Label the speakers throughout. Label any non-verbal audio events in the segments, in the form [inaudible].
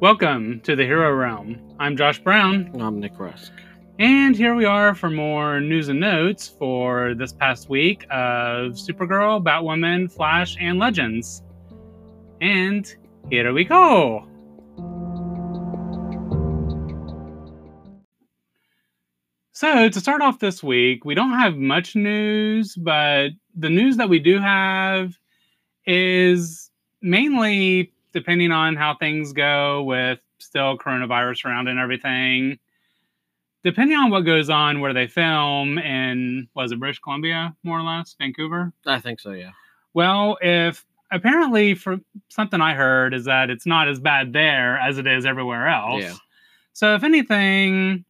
Speaker 1: Welcome to the Hero Realm. I'm Josh Brown,
Speaker 2: I'm Nick Rusk.
Speaker 1: and here we are for more news and notes for this past week of Supergirl, Batwoman, Flash, and Legends. And here we go. So, to start off this week, we don't have much news, but the news that we do have is mainly depending on how things go with still coronavirus around and everything. Depending on what goes on where they film in was it British Columbia, more or less, Vancouver?
Speaker 2: I think so, yeah.
Speaker 1: Well, if apparently for something I heard is that it's not as bad there as it is everywhere else.
Speaker 2: Yeah.
Speaker 1: So if anything,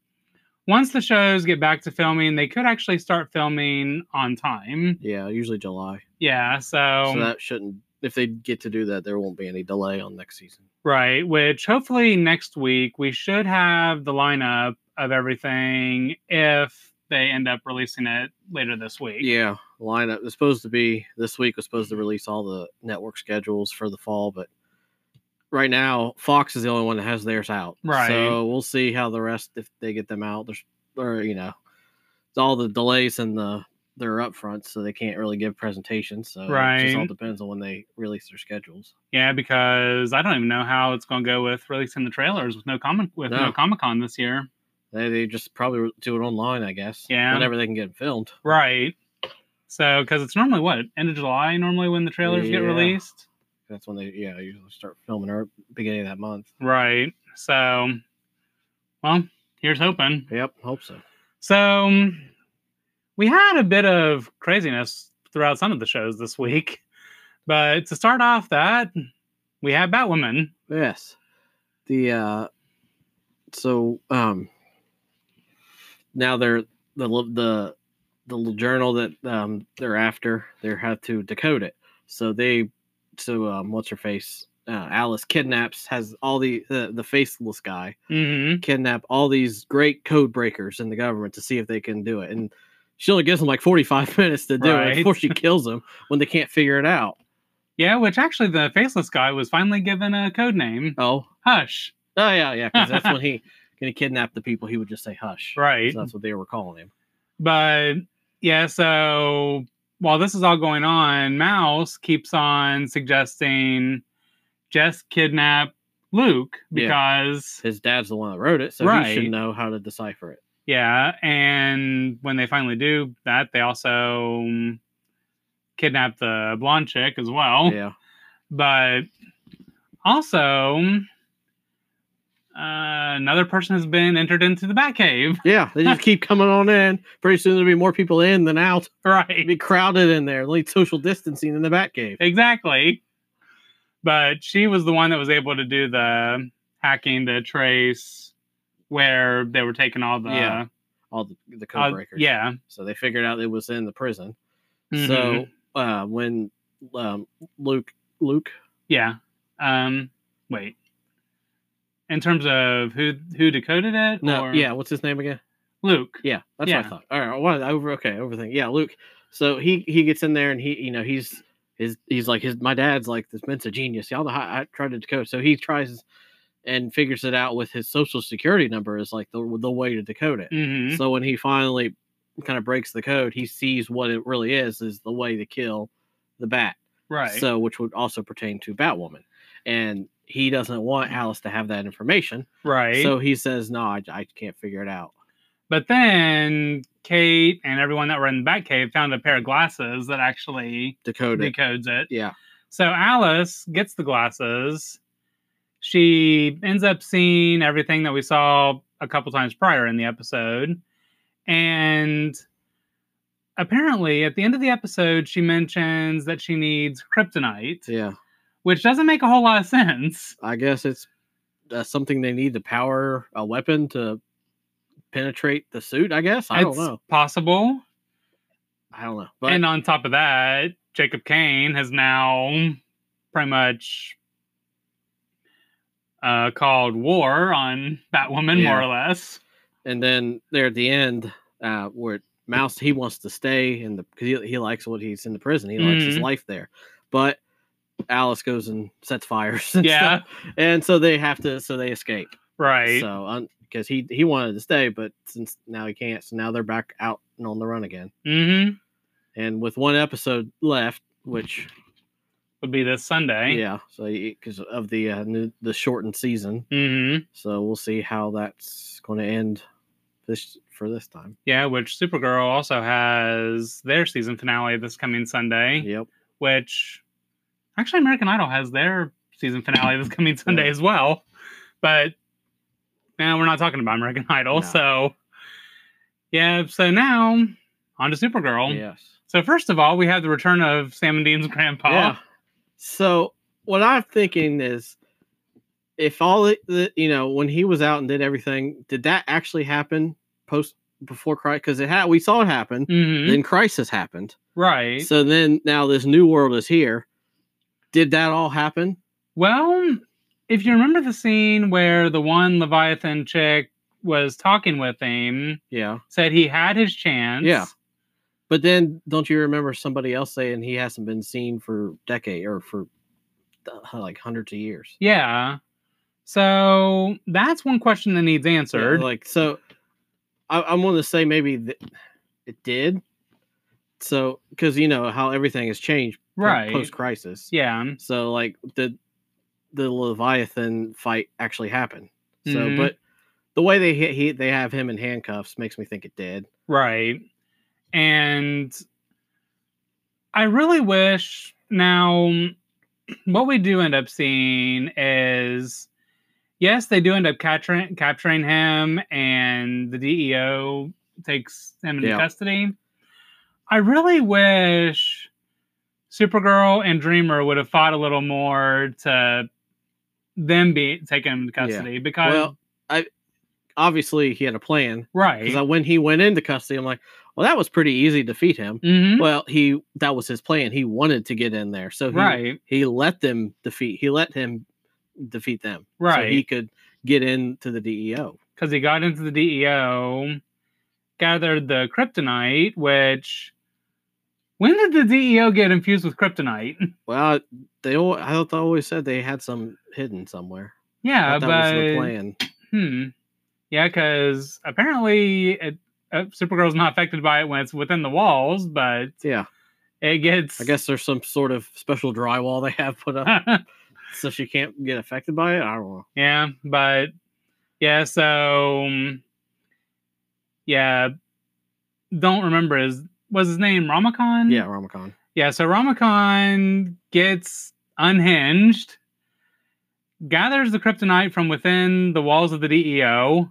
Speaker 1: once the shows get back to filming, they could actually start filming on time.
Speaker 2: Yeah, usually July.
Speaker 1: Yeah, Um,
Speaker 2: so that shouldn't if they get to do that, there won't be any delay on next season.
Speaker 1: Right, which hopefully next week we should have the lineup of everything if they end up releasing it later this week.
Speaker 2: Yeah. Lineup is supposed to be this week was supposed to release all the network schedules for the fall, but right now Fox is the only one that has theirs out.
Speaker 1: Right.
Speaker 2: So we'll see how the rest if they get them out. There's or you know, it's all the delays and the they're up front, so they can't really give presentations. So it just all
Speaker 1: Right.
Speaker 2: depends on when they release their schedules.
Speaker 1: Yeah, because I don't even know how it's going to go with releasing the trailers with no comic with no,
Speaker 2: No.
Speaker 1: Comic Con this year.
Speaker 2: They, they just probably do it online, I guess.
Speaker 1: Yeah.
Speaker 2: Whenever they can get it filmed.
Speaker 1: Right. So, because it's normally what end of July normally when the trailers get
Speaker 2: Yeah.
Speaker 1: released.
Speaker 2: That's when they yeah usually start filming or beginning of that month.
Speaker 1: Right. So, well, here's hoping.
Speaker 2: Yep, hope so.
Speaker 1: So um, we had a bit of craziness throughout some of the shows this week. [laughs] But to start off that, we had Batwoman.
Speaker 2: Yes, the uh, so um, now they're the li- the the little journal that um they're after they have to decode it. So they so um what's her face uh, Alice kidnaps has all the the, the faceless guy
Speaker 1: Mm-hmm.
Speaker 2: kidnap all these great code breakers in the government to see if they can do it. And she only gives them like 45 [laughs] minutes to do
Speaker 1: Right.
Speaker 2: it before she kills them when they can't figure it out.
Speaker 1: Yeah, which actually the faceless guy was finally given a code name,
Speaker 2: Oh,
Speaker 1: Hush.
Speaker 2: oh yeah, yeah, because that's
Speaker 1: [laughs]
Speaker 2: when he gonna kidnap the people. He would just say hush.
Speaker 1: Right.
Speaker 2: So that's what they were calling him.
Speaker 1: But yeah, so while this is all going on, Mouse keeps on suggesting Jess kidnap Luke
Speaker 2: Yeah.
Speaker 1: because
Speaker 2: His dad's the one that wrote it, so he
Speaker 1: Right.
Speaker 2: should know how to decipher it.
Speaker 1: Yeah, and when they finally do that, they also um, kidnap the blonde chick as well.
Speaker 2: Yeah,
Speaker 1: But also, um, uh, another person has been entered into the Batcave. [laughs]
Speaker 2: yeah. They just keep coming on in. Pretty soon there'll be more people in than out. It'll
Speaker 1: Right.
Speaker 2: be crowded in there. Only social distancing in the Batcave.
Speaker 1: Exactly. But she was the one that was able to do the hacking to trace where they were taking all the
Speaker 2: Yeah, All the, the
Speaker 1: uh,
Speaker 2: code breakers.
Speaker 1: yeah.
Speaker 2: So they figured out it was in the prison.
Speaker 1: Mhm.
Speaker 2: So uh, when um, Luke Luke
Speaker 1: Yeah. Um wait. In terms of who who decoded it?
Speaker 2: no
Speaker 1: or-
Speaker 2: yeah what's his name again
Speaker 1: Luke.
Speaker 2: yeah that's what
Speaker 1: Yeah.
Speaker 2: I thought all right well, over okay overthink yeah Luke so he he gets in there and he you know he's his he's like his my dad's like this man's a genius y'all know how I tried to decode so he tries and figures it out with his social security number is like the the way to decode it
Speaker 1: hmm
Speaker 2: so when he finally kind of breaks the code he sees what it really is is the way to kill the bat
Speaker 1: Right.
Speaker 2: So, which would also pertain to Batwoman. And he doesn't want Alice to have that information.
Speaker 1: right.
Speaker 2: So he says, no, I, I can't figure it out.
Speaker 1: but then Kate and everyone that were in the Batcave found a pair of glasses that actually
Speaker 2: Decode it.
Speaker 1: decodes it.
Speaker 2: Yeah.
Speaker 1: So Alice gets the glasses. She ends up seeing everything that we saw a couple times prior in the episode. And apparently, at the end of the episode, she mentions that she needs kryptonite,
Speaker 2: Yeah.
Speaker 1: which doesn't make a whole lot of sense.
Speaker 2: I guess it's uh, something they need to power a weapon to penetrate the suit, I guess. I
Speaker 1: It's
Speaker 2: don't know.
Speaker 1: possible.
Speaker 2: I don't know. But
Speaker 1: and on top of that, Jacob Kane has now pretty much uh, called war on Batwoman, more
Speaker 2: Yeah.
Speaker 1: or less.
Speaker 2: and then there at the end, uh, where Mouse he wants to stay in the because he, he likes what he's in the prison. He likes his
Speaker 1: Mhm.
Speaker 2: life there, but Alice goes and sets fires. [laughs] and
Speaker 1: yeah,
Speaker 2: stuff. and so they have to. So they escape.
Speaker 1: right.
Speaker 2: So because he he wanted to stay, but since now he can't, so now they're back out and on the run again.
Speaker 1: hmm
Speaker 2: And with one episode left, which
Speaker 1: Would be this Sunday.
Speaker 2: yeah, so because of the uh, new, the shortened season,
Speaker 1: hmm
Speaker 2: so we'll see how that's going to end this for this time.
Speaker 1: Yeah, which Supergirl also has their season finale this coming Sunday.
Speaker 2: Yep.
Speaker 1: which actually American Idol has their season finale this coming Sunday as well. But now we're not talking about American Idol,
Speaker 2: No.
Speaker 1: so yeah. So now on to Supergirl.
Speaker 2: Yes.
Speaker 1: So first of all, we have the return of Sam and Dean's grandpa.
Speaker 2: Yeah. So what I'm thinking is, if all the, the you know when he was out and did everything, did that actually happen post before Crisis? Because it had we saw it happen.
Speaker 1: Mhm,
Speaker 2: Then Crisis happened.
Speaker 1: Right.
Speaker 2: So then now this new world is here. Did that all happen?
Speaker 1: Well, if you remember the scene where the one Leviathan chick was talking with him,
Speaker 2: Yeah.
Speaker 1: said he had his chance.
Speaker 2: Yeah. But then don't you remember somebody else saying he hasn't been seen for decade or for uh, like hundreds of years?
Speaker 1: Yeah. So that's one question that needs
Speaker 2: Yeah,
Speaker 1: answered.
Speaker 2: like so, I, I'm going to say maybe th- it did. So because you know how everything has changed
Speaker 1: Right.
Speaker 2: post crisis.
Speaker 1: yeah.
Speaker 2: So like the the Leviathan fight actually happened. So
Speaker 1: Mhm.
Speaker 2: but the way they hit, he they have him in handcuffs makes me think it did.
Speaker 1: Right. And I really wish now what we do end up seeing is yes, they do end up capturing capturing him and the DEO takes him into
Speaker 2: Yeah.
Speaker 1: custody. I really wish Supergirl and Dreamer would have fought a little more to them be taking him into
Speaker 2: Yeah.
Speaker 1: custody because
Speaker 2: well, I obviously he had a plan
Speaker 1: right.
Speaker 2: because when he went into custody, I'm like, well, that was pretty easy to defeat him.
Speaker 1: Mhm.
Speaker 2: Well, he that was his plan. He wanted to get in there, so he,
Speaker 1: right.
Speaker 2: he let them defeat. He let him defeat them, So
Speaker 1: Right.
Speaker 2: he could get into the E DEO.
Speaker 1: because he got into the DEO, gathered the kryptonite, which. When did the DEO get infused with kryptonite? [laughs]
Speaker 2: Well, they all I thought they always said they had some hidden somewhere.
Speaker 1: Yeah,
Speaker 2: I thought that was the
Speaker 1: Uh, but.
Speaker 2: plan.
Speaker 1: Hmm. Yeah, because apparently it, uh, Supergirl's not affected by it when it's within the walls, but
Speaker 2: Yeah,
Speaker 1: it gets. [laughs]
Speaker 2: I guess there's some sort of special drywall they have put
Speaker 1: Uh
Speaker 2: up so she can't get affected by it. I don't know.
Speaker 1: yeah, but. Yeah, so. um, Yeah. Don't remember his. Was his name Ramakon?
Speaker 2: Yeah, Ramacon.
Speaker 1: Yeah, so Ramakon gets unhinged, gathers the kryptonite from within the walls of the DEO,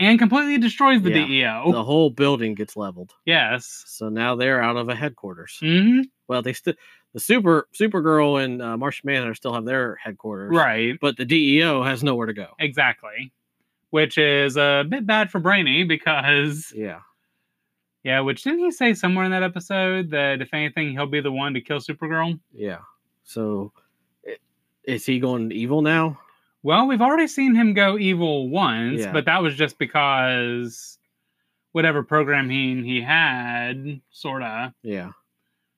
Speaker 1: and completely destroys the
Speaker 2: Yeah,
Speaker 1: DEO.
Speaker 2: The whole building gets leveled.
Speaker 1: Yes.
Speaker 2: So now they're out of a headquarters.
Speaker 1: hmm
Speaker 2: Well, they still the super Supergirl and uh, Martian Manhunter still have their headquarters,
Speaker 1: Right.
Speaker 2: But the DEO has nowhere to go.
Speaker 1: Exactly. Which is a bit bad for Brainy because,
Speaker 2: Yeah,
Speaker 1: yeah, which didn't he say somewhere in that episode that if anything, he'll be the one to kill Supergirl?
Speaker 2: yeah. So i- is he going evil now?
Speaker 1: Well, we've already seen him go evil once,
Speaker 2: Yeah.
Speaker 1: but that was just because whatever programming he had, sort of.
Speaker 2: Yeah,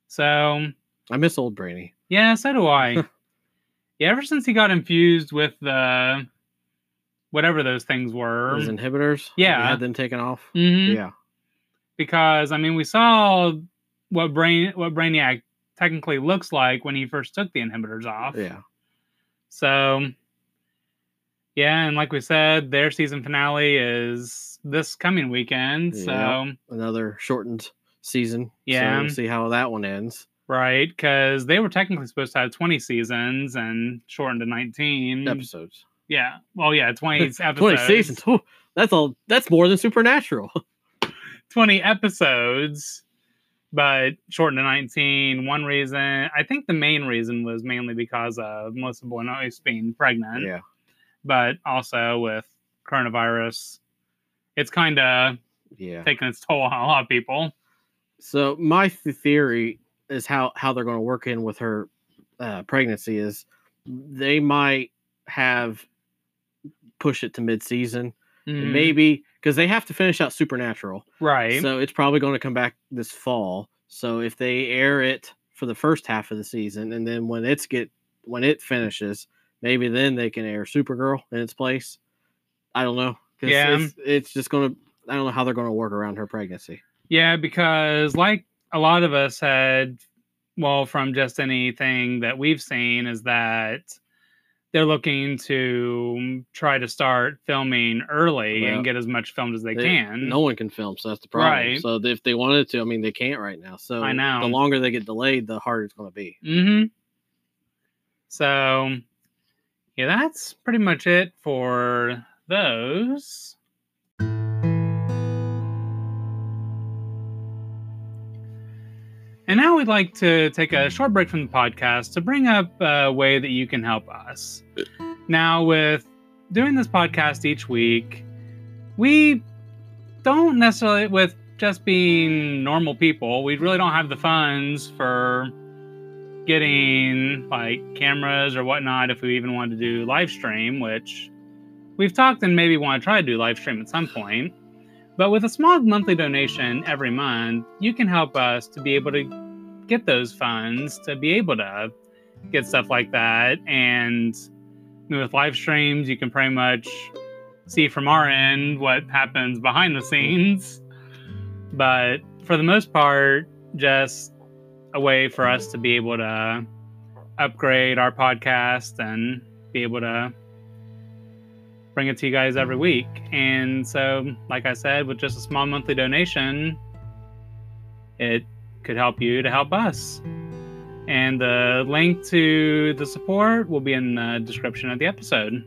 Speaker 1: So
Speaker 2: I miss old Brainy.
Speaker 1: yeah, so do
Speaker 2: [laughs]
Speaker 1: I. yeah, ever since he got infused with the whatever those things were.
Speaker 2: His inhibitors.
Speaker 1: Um, Yeah.
Speaker 2: he had them taken off.
Speaker 1: Mhm,
Speaker 2: Yeah,
Speaker 1: Because I mean we saw what brain what Brainiac technically looks like when he first took the inhibitors off.
Speaker 2: yeah.
Speaker 1: So yeah, and like we said, their season finale is this coming weekend.
Speaker 2: Yep.
Speaker 1: So
Speaker 2: Another shortened season.
Speaker 1: Yeah.
Speaker 2: so we'll see how that one ends.
Speaker 1: right, because they were technically supposed to have twenty seasons and shortened to nineteen.
Speaker 2: Episodes.
Speaker 1: Yeah. Well, yeah, 20 Mm. episodes.
Speaker 2: [laughs] Twenty seasons. Whew, that's all. That's more than Supernatural. [laughs]
Speaker 1: 20 episodes, but shortened to 19. One reason, I think the main reason was mainly because of Melissa Buenois being pregnant,
Speaker 2: yeah,
Speaker 1: but also with coronavirus, it's kind of
Speaker 2: yeah.
Speaker 1: taking its toll on a lot of people.
Speaker 2: So my th- theory is how how they're going to work in with her uh, pregnancy is they might have push it to mid season
Speaker 1: Mhm.
Speaker 2: maybe because they have to finish out Supernatural,
Speaker 1: Right.
Speaker 2: so it's probably going to come back this fall. So if they air it for the first half of the season and then when it's get when it finishes, maybe then they can air Supergirl in its place. I don't know. 'cause
Speaker 1: Yeah.
Speaker 2: It's, it's just going to, I don't know how they're going to work around her pregnancy.
Speaker 1: Yeah, because like a lot of us had, well, from just anything that we've seen, is that they're looking to try to start filming early
Speaker 2: Well,
Speaker 1: and get as much filmed as they,
Speaker 2: They-
Speaker 1: can.
Speaker 2: No one can film, so that's the problem.
Speaker 1: Mm. Right.
Speaker 2: So if they wanted to, I mean, they can't right now. So
Speaker 1: I know.
Speaker 2: the longer they get delayed, the harder it's going to be.
Speaker 1: Mm-hmm. So, yeah, that's pretty much it for those. And now we'd like to take a short break from the podcast to bring up a way that you can help us. Now, with doing this podcast each week, we don't necessarily, with just being normal people, we really don't have the funds for getting like cameras or whatnot if we even wanted to do live stream, which we've talked and maybe want to try to do live stream at some point. But with a small monthly donation every month, you can help us to be able to get those funds to be able to get stuff like that. And with live streams, you can pretty much see from our end what happens behind the scenes. But for the most part, just a way for us to be able to upgrade our podcast and be able to bring it to you guys every week. And so, like I said, with just a small monthly donation, it could help you to help us. And the link to the support will be in the description of the episode.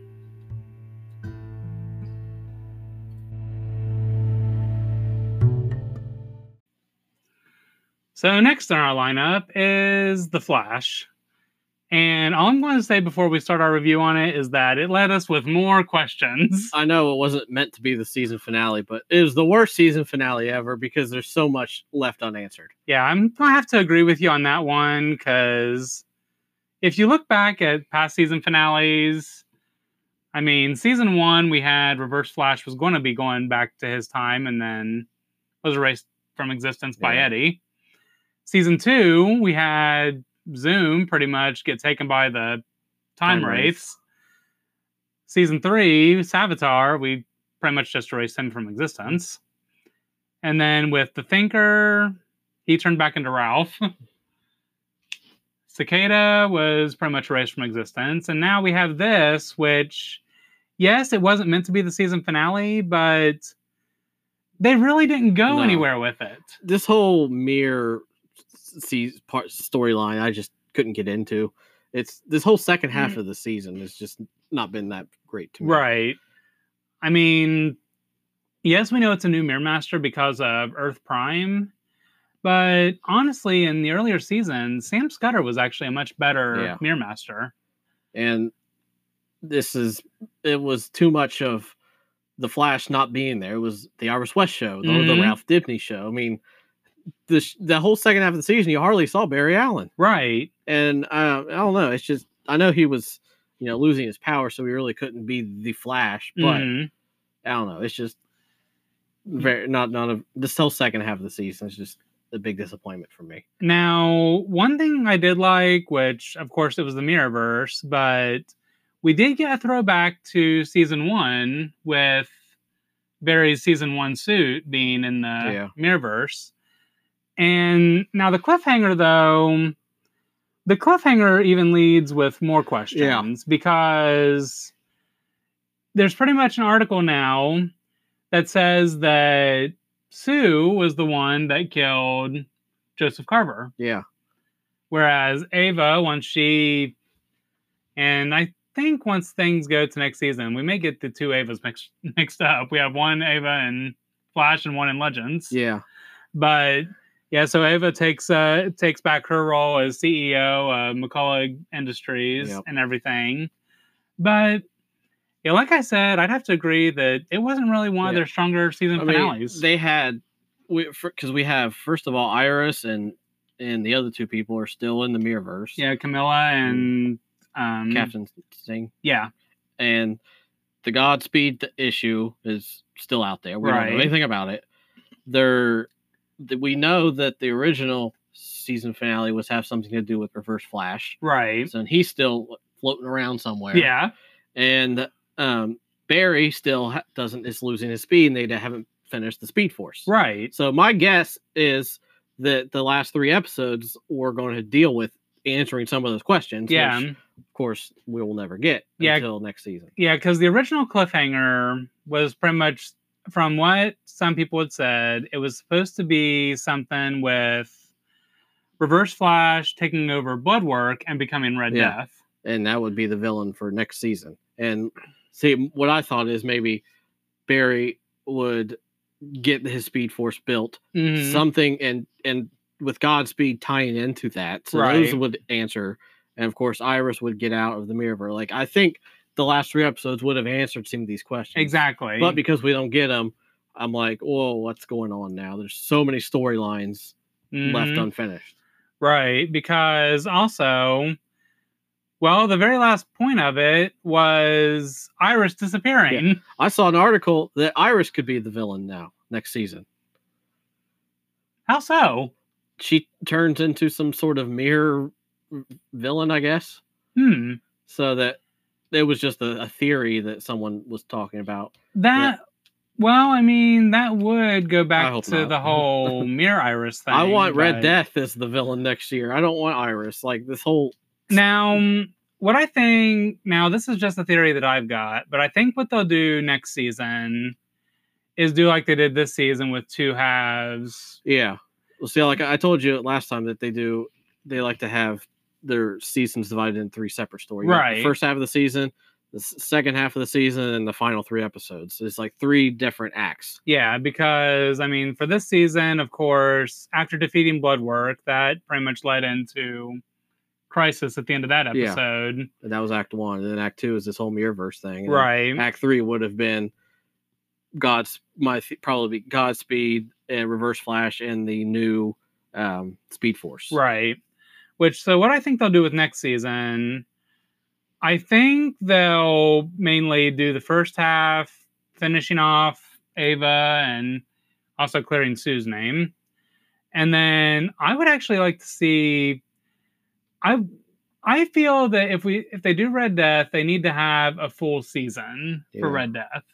Speaker 1: So next on our lineup is The Flash. And all I'm going to say before we start our review on it is that it led us with more [laughs] questions.
Speaker 2: I know it wasn't meant to be the season finale, but it was the worst season finale ever because there's so much left unanswered.
Speaker 1: Yeah, I'm gonna have to agree with you on that one because if you look back at past season finales, I mean, season one we had Reverse Flash was going to be going back to his time and then was erased from existence by
Speaker 2: Yeah.
Speaker 1: Eddie. Season two we had Zoom pretty much get taken by the time,
Speaker 2: Time Wraith.
Speaker 1: wraiths. Season three Savitar we pretty much just erased him from existence. And then with the Thinker, he turned back into Ralph. [laughs] Cicada was pretty much erased from existence. And now we have this, which, yes, it wasn't meant to be the season finale, but they really didn't go
Speaker 2: No.
Speaker 1: anywhere with it.
Speaker 2: This whole mirror se- part storyline, I just couldn't get into. It's this whole second half of the season has just not been that great to me.
Speaker 1: Mm. Right. I mean, yes, we know it's a new Mirror Master because of Earth Prime, but honestly, in the earlier season, Sam Scudder was actually a much better
Speaker 2: Yeah.
Speaker 1: Mirror Master.
Speaker 2: and this is it was too much of the Flash not being there. It was the Iris West show, the, the
Speaker 1: Mhm.
Speaker 2: Ralph Dibney show. I mean, the sh- the whole second half of the season, you hardly saw Barry Allen.
Speaker 1: Right.
Speaker 2: and uh, I don't know. It's just I know he was, you know, losing his power, so he really couldn't be the Flash. But
Speaker 1: Mhm.
Speaker 2: I don't know. It's just very not not a this whole second half of the season is just a big disappointment for me.
Speaker 1: Now, one thing I did like, which of course it was the Mirrorverse, but we did get a throwback to season one with Barry's season one suit being in the
Speaker 2: Yeah.
Speaker 1: Mirrorverse. And now the cliffhanger, though, the cliffhanger even leads with more questions because there's pretty much an article now that says that Sue was the one that killed Joseph Carver.
Speaker 2: Yeah,
Speaker 1: Whereas Ava, once she, and I think once things go to next season, we may get the two Avas mixed [laughs] mixed up. We have one Ava and Flash, and one in Legends.
Speaker 2: yeah,
Speaker 1: But yeah, so Ava takes uh takes back her role as CEO of McCullough Industries
Speaker 2: Yep.
Speaker 1: and everything. But yeah, like I said, I'd have to agree that it wasn't really one of
Speaker 2: Yeah.
Speaker 1: their stronger season
Speaker 2: I mean,
Speaker 1: finales.
Speaker 2: they had we because we have first of all Iris and and the other two people are still in the Mirrorverse.
Speaker 1: yeah, Camilla and um,
Speaker 2: Captain Sting
Speaker 1: Yeah,
Speaker 2: and the Godspeed th- issue is still out there. We don't
Speaker 1: Right.
Speaker 2: know anything about it. There, we know that the original season finale was have something to do with Reverse Flash.
Speaker 1: Right.
Speaker 2: So and he's still floating around somewhere.
Speaker 1: Yeah.
Speaker 2: And um, Barry still ha- doesn't is losing his speed, and they haven't finished the Speed Force.
Speaker 1: Right.
Speaker 2: So my guess is that the last three episodes we're going to deal with answering some of those questions.
Speaker 1: Yeah. um,
Speaker 2: which, of course, we will never get
Speaker 1: Yeah.
Speaker 2: until next season.
Speaker 1: Yeah, because the original cliffhanger was pretty much, from what some people had said, it was supposed to be something with Reverse Flash taking over Bloodwork and becoming Red
Speaker 2: Yeah.
Speaker 1: Death.
Speaker 2: and that would be the villain for next season. And see, what I thought is maybe Barry would get his Speed Force built,
Speaker 1: Mhm.
Speaker 2: something, and and with Godspeed tying into that, so those
Speaker 1: Right.
Speaker 2: would answer. And of course, Iris would get out of the mirror. Like I think the last three episodes would have answered some of these questions
Speaker 1: exactly.
Speaker 2: but because we don't get them, I'm like, oh, what's going on now? There's so many storylines left
Speaker 1: Mhm.
Speaker 2: unfinished.
Speaker 1: Right, because also, well, the very last point of it was Iris disappearing.
Speaker 2: I saw an article that Iris could be the villain now next season.
Speaker 1: How so?
Speaker 2: she turns into some sort of mirror villain, I guess.
Speaker 1: Hmm.
Speaker 2: So that it was just a, a theory that someone was talking about.
Speaker 1: That. Well, I mean, that would go back
Speaker 2: hope
Speaker 1: to
Speaker 2: not.
Speaker 1: the
Speaker 2: [laughs]
Speaker 1: whole mirror iris thing.
Speaker 2: I want Red
Speaker 1: but-
Speaker 2: Death as the villain next year. I don't want Iris. Like this whole
Speaker 1: Now, mm, what I think now, this is just a theory that I've got, but I think what they'll do next season is do like they did this season with two halves.
Speaker 2: yeah. Well, see, like I told you last time that they do, they like to have their seasons divided in three separate stories. You got the
Speaker 1: Right.
Speaker 2: first half of the season, the s- second half of the season, and the final three episodes. It's like three different acts.
Speaker 1: Yeah, because I mean, for this season, of course, after defeating Bloodwork, that pretty much led into Crisis at the end of that
Speaker 2: Yeah.
Speaker 1: episode.
Speaker 2: And that was Act One. And then Act Two is this whole mirrorverse thing. and then
Speaker 1: Right.
Speaker 2: Act Three would have been God's my th- probably Godspeed and Reverse Flash and the new um, Speed Force.
Speaker 1: Right. Which so what I think they'll do with next season, I think they'll mainly do the first half, finishing off Ava and also clearing Sue's name. And then I would actually like to see I I feel that if we if they do Red Death, they need to have a full season for
Speaker 2: Yeah.
Speaker 1: Red Death.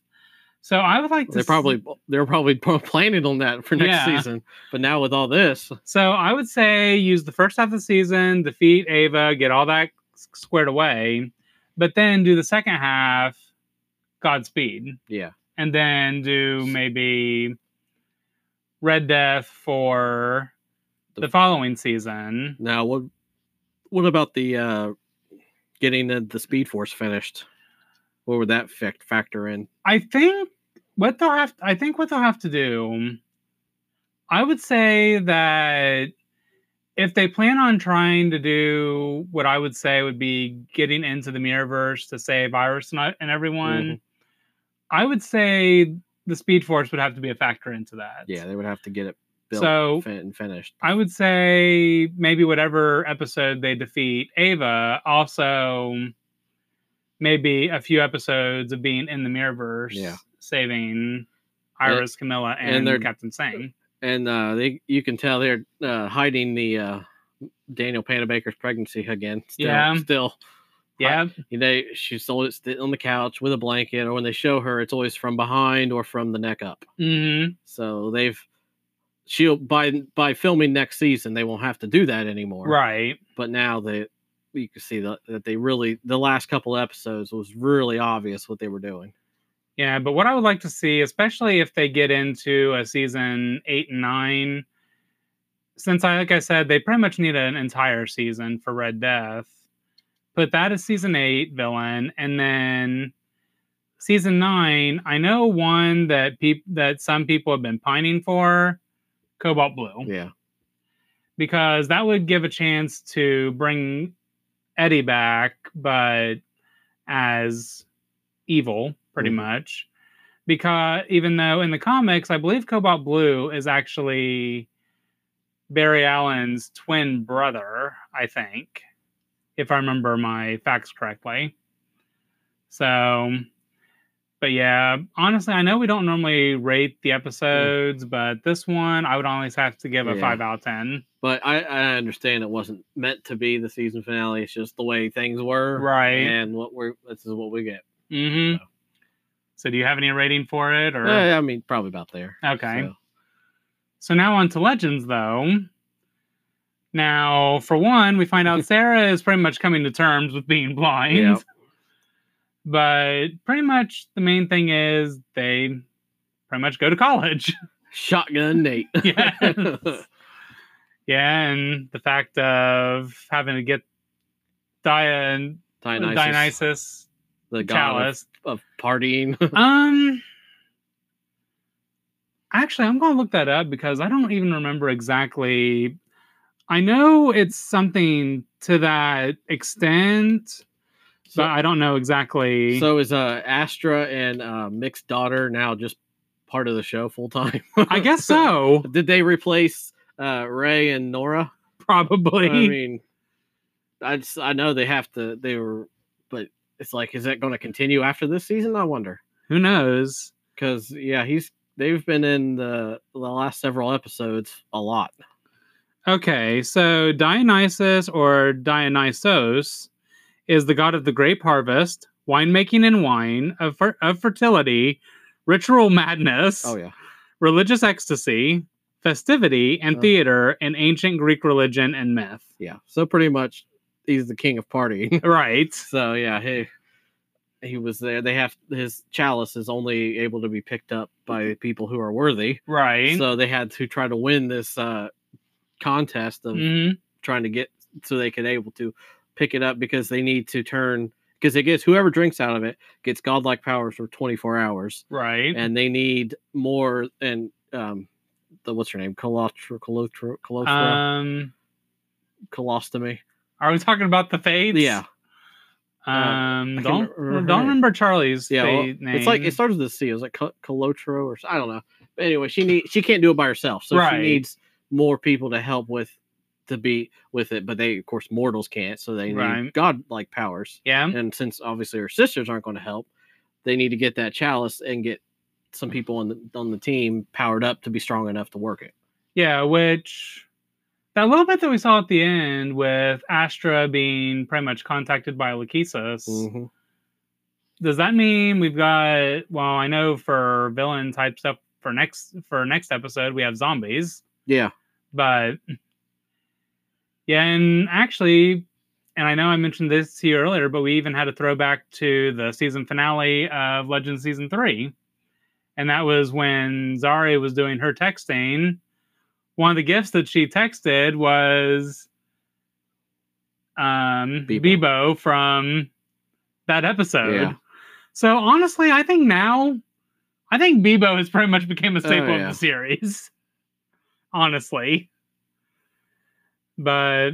Speaker 1: So I would like to
Speaker 2: They
Speaker 1: s-
Speaker 2: probably they're probably [laughs] pro- planning on that for next
Speaker 1: Yeah.
Speaker 2: season. But now with all this,
Speaker 1: So I would say use the first half of the season, defeat Ava, get all that s- squared away, but then do the second half, Godspeed,
Speaker 2: yeah,
Speaker 1: and then do maybe Red Death for the following season.
Speaker 2: Now what what about the uh, getting the, the Speed Force finished? What would that fact factor in?
Speaker 1: I think what they'll have I think what they'll have to do I would say that if they plan on trying to do what I would say would be getting into the mirrorverse to save Iris and, I- and everyone,
Speaker 2: Mhm.
Speaker 1: I would say the Speed Force would have to be a factor into that.
Speaker 2: Yeah, they would have to get it built
Speaker 1: So
Speaker 2: fin- and finished.
Speaker 1: I would say maybe whatever episode they defeat Ava, also maybe a few episodes of being in the Mirrorverse,
Speaker 2: Yeah.
Speaker 1: saving
Speaker 2: And-
Speaker 1: Iris, Camilla,
Speaker 2: and
Speaker 1: and,
Speaker 2: they're-
Speaker 1: Captain Singh.
Speaker 2: and uh, they you can tell they're uh, hiding the uh, Daniel Panabaker's pregnancy again. Still,
Speaker 1: Yeah.
Speaker 2: still,
Speaker 1: Yeah,
Speaker 2: you know, she's always sitting on the couch with a blanket, or when they show her, it's always from behind or from the neck up.
Speaker 1: hmm
Speaker 2: So they've she'll by by filming next season, they won't have to do that anymore.
Speaker 1: right.
Speaker 2: But now they you can see that, that they really the last couple episodes was really obvious what they were doing.
Speaker 1: Yeah, but what I would like to see, especially if they get into a season eight and nine, since I like I said, they pretty much need an entire season for Red Death. Put that as season eight villain, and then season nine. I know one that peop- that some people have been pining for, Cobalt Blue,
Speaker 2: Yeah,
Speaker 1: because that would give a chance to bring Eddie back, but as evil, pretty
Speaker 2: Mhm.
Speaker 1: much. Because even though in the comics, I believe Cobalt Blue is actually Barry Allen's twin brother, I think, if I remember my facts correctly. So But yeah, honestly, I know we don't normally rate the episodes, but this one I would always have to give a
Speaker 2: Yeah.
Speaker 1: five out of ten.
Speaker 2: But I, I understand it wasn't meant to be the season finale. It's just the way things were,
Speaker 1: Right.
Speaker 2: And what we're this is what we get.
Speaker 1: Mm-hmm.
Speaker 2: So.
Speaker 1: So do you have any rating for it or
Speaker 2: Eh, I mean, probably about there.
Speaker 1: Okay. So now on to Legends, though. Now, for one, we find
Speaker 2: [laughs]
Speaker 1: out Sarah is pretty much coming to terms with being blind.
Speaker 2: Yeah.
Speaker 1: But pretty much the main thing is they pretty much go to
Speaker 2: [laughs]
Speaker 1: college. [laughs]
Speaker 2: Shotgun Nate. [laughs]
Speaker 1: Yes. yeah, and the fact of having to get Dia
Speaker 2: Dionysus,
Speaker 1: Dionysus
Speaker 2: the god of,
Speaker 1: chalice.
Speaker 2: of partying. [laughs]
Speaker 1: um actually i'm gonna look that up because i don't even remember exactly i know it's something to that extent
Speaker 2: So-
Speaker 1: but i don't know exactly
Speaker 2: So is uh Astra and uh Mick's daughter now just part of the show full time?
Speaker 1: i guess so [laughs]
Speaker 2: Did they replace uh Ray and [laughs] Nora?
Speaker 1: probably
Speaker 2: I mean, I just I know they have to. They were, but it's like, is that going to continue after this season? I wonder.
Speaker 1: who knows
Speaker 2: Because yeah, he's they've been in the the last several episodes a lot.
Speaker 1: okay so dionysus or dionysos is the god of the grape harvest winemaking and wine of, fer- of fertility ritual madness
Speaker 2: Oh yeah,
Speaker 1: religious ecstasy, festivity, and
Speaker 2: Oh.
Speaker 1: theater in ancient Greek religion and myth.
Speaker 2: yeah. So pretty much, he's the king of partying. [laughs]
Speaker 1: Right.
Speaker 2: so yeah, he he was there. They have his chalice is only able to be picked up by people who are worthy.
Speaker 1: Right.
Speaker 2: So they had to try to win this uh, contest of
Speaker 1: Mhm.
Speaker 2: trying to get so they could able to pick it up because they need to turn because it gets whoever drinks out of it gets godlike powers for 24 hours
Speaker 1: Right.
Speaker 2: and they need more and um the what's her name colotra colotra colotra
Speaker 1: um,
Speaker 2: colostomy
Speaker 1: are we talking about the fates?
Speaker 2: yeah Uh,
Speaker 1: Um,
Speaker 2: I can't
Speaker 1: don't
Speaker 2: remember her
Speaker 1: don't
Speaker 2: name.
Speaker 1: remember Charlie's
Speaker 2: yeah well,
Speaker 1: fate name.
Speaker 2: it's like it starts with a c it was like co- colotro or s- i don't know but anyway she need she can't do it by herself so
Speaker 1: Right.
Speaker 2: she needs more people to help with to be with it but they of course mortals can't so they need
Speaker 1: Right.
Speaker 2: godlike powers
Speaker 1: yeah.
Speaker 2: and since obviously her sisters aren't going to help, they need to get that chalice and get some people on the on the team powered up to be strong enough to work it.
Speaker 1: Yeah, which that little bit that we saw at the end with Astra being pretty much contacted by Lachesis. does that mean we've got well i know for villain type stuff for next for next episode we have zombies
Speaker 2: Yeah,
Speaker 1: but yeah and actually and i know i mentioned this to you earlier but we even had a throwback to the season finale of legend season 3 and that was when zari was doing her texting one of the gifts that she texted was um
Speaker 2: Bebo.
Speaker 1: bebo, from that episode
Speaker 2: Yeah.
Speaker 1: so honestly i think now i think bebo has pretty much became a
Speaker 2: Oh,
Speaker 1: staple
Speaker 2: yeah.
Speaker 1: of the series honestly but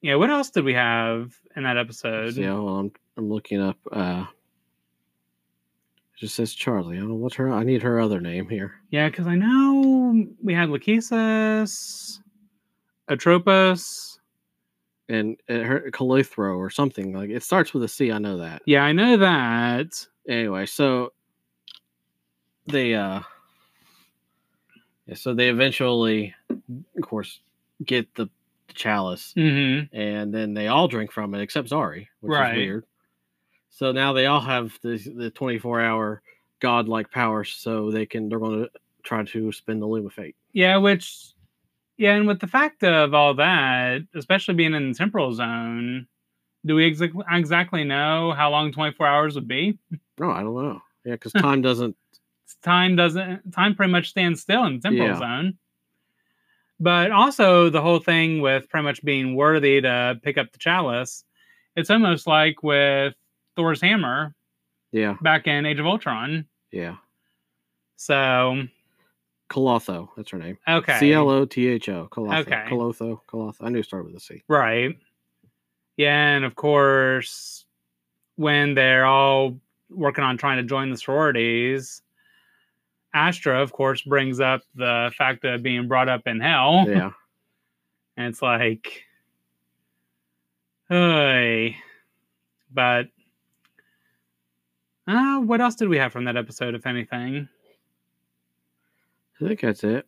Speaker 1: yeah, what else did we have in that episode?
Speaker 2: yeah. Well, I'm I'm looking up. uh It just says Charlie. I don't know what's her. I need her other name here.
Speaker 1: Yeah, because I know we had Lachesis, Atropos.
Speaker 2: And uh, her Calothro or something like it starts with a C. I know that.
Speaker 1: Yeah, I know that.
Speaker 2: anyway, so they uh yeah, so they eventually of course get the chalice
Speaker 1: Mm-hmm.
Speaker 2: and then they all drink from it except Zari, which
Speaker 1: Right.
Speaker 2: is weird. So now they all have this the 24 hour godlike power so they can they're going to try to spin the loom of fate.
Speaker 1: Yeah, which, yeah, and with the fact of all that, especially being in the temporal zone, do we ex- exactly know how long 24 hours would be?
Speaker 2: No, Oh, I don't know. Yeah,
Speaker 1: [laughs]
Speaker 2: cuz time doesn't
Speaker 1: time doesn't time pretty much stands still in the temporal
Speaker 2: Yeah.
Speaker 1: zone. But also the whole thing with pretty much being worthy to pick up the chalice, it's almost like with Thor's hammer
Speaker 2: yeah,
Speaker 1: back in Age of Ultron.
Speaker 2: yeah.
Speaker 1: So
Speaker 2: Colotho, that's her name.
Speaker 1: okay,
Speaker 2: C L O T H O. Colotho.
Speaker 1: Okay.
Speaker 2: Colotho. Colotho. I knew it started with
Speaker 1: [laughs]
Speaker 2: a C.
Speaker 1: right? Yeah, and of course when they're all working on trying to join the sororities. Astra, of course, brings up the fact of being brought up in hell.
Speaker 2: Yeah.
Speaker 1: And it's like, hey. But Uh, what else did we have from that episode, if anything?
Speaker 2: I think that's it.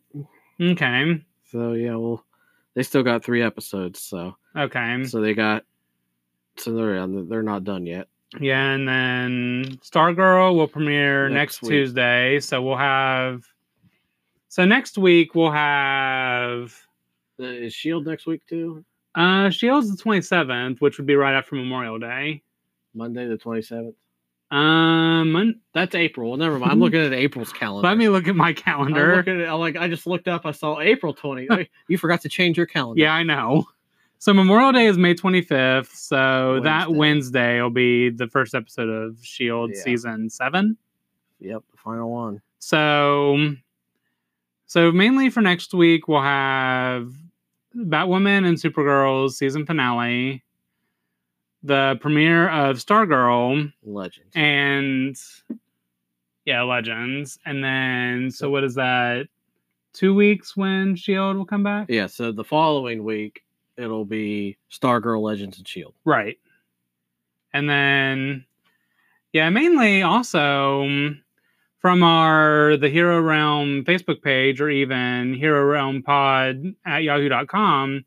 Speaker 1: Okay.
Speaker 2: So yeah, well, they still got three episodes, so
Speaker 1: Okay.
Speaker 2: so they got so they're they're not done yet.
Speaker 1: Yeah, and then Stargirl will premiere next,
Speaker 2: Next week.
Speaker 1: Tuesday. So we'll have. So next week we'll have.
Speaker 2: Uh, Is Shield next week too?
Speaker 1: Uh, Shields the 27th, which would be right after Memorial Day.
Speaker 2: Monday the twenty seventh.
Speaker 1: Um, Mon-
Speaker 2: That's April. Well, never mind.
Speaker 1: Mm-hmm.
Speaker 2: I'm looking at April's calendar.
Speaker 1: let me look at my
Speaker 2: I'm
Speaker 1: calendar.
Speaker 2: looking at, like I just looked up. I saw
Speaker 1: [laughs]
Speaker 2: April twenty. Like, you forgot to change your calendar.
Speaker 1: Yeah, I know. So Memorial Day is May 25th. So that
Speaker 2: Wednesday.
Speaker 1: Wednesday will be the first episode of Shield
Speaker 2: Yeah.
Speaker 1: E season seven.
Speaker 2: Yep. The final one.
Speaker 1: So, so mainly for next week we'll have Batwoman and Supergirl's season finale, the premiere of Stargirl,
Speaker 2: Legend.
Speaker 1: and yeah, Legends. And then so what is that? Two weeks when Shield E will come back,
Speaker 2: yeah. So the following week it'll be Stargirl, Legends, and Shield.
Speaker 1: right? And then yeah, mainly also mm, from our the Hero Realm Facebook page or even Hero Realm Pod at yahoo.com.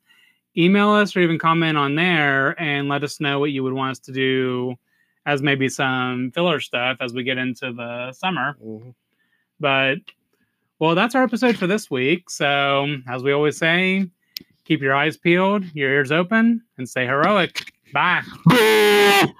Speaker 1: Email us or even comment on there and let us know what you would want us to do as maybe some filler stuff as we get into the summer. But well, that's our episode for this week. So, as we always say,
Speaker 2: Mm-hmm.
Speaker 1: keep your eyes peeled, your ears open, and stay heroic. Bye.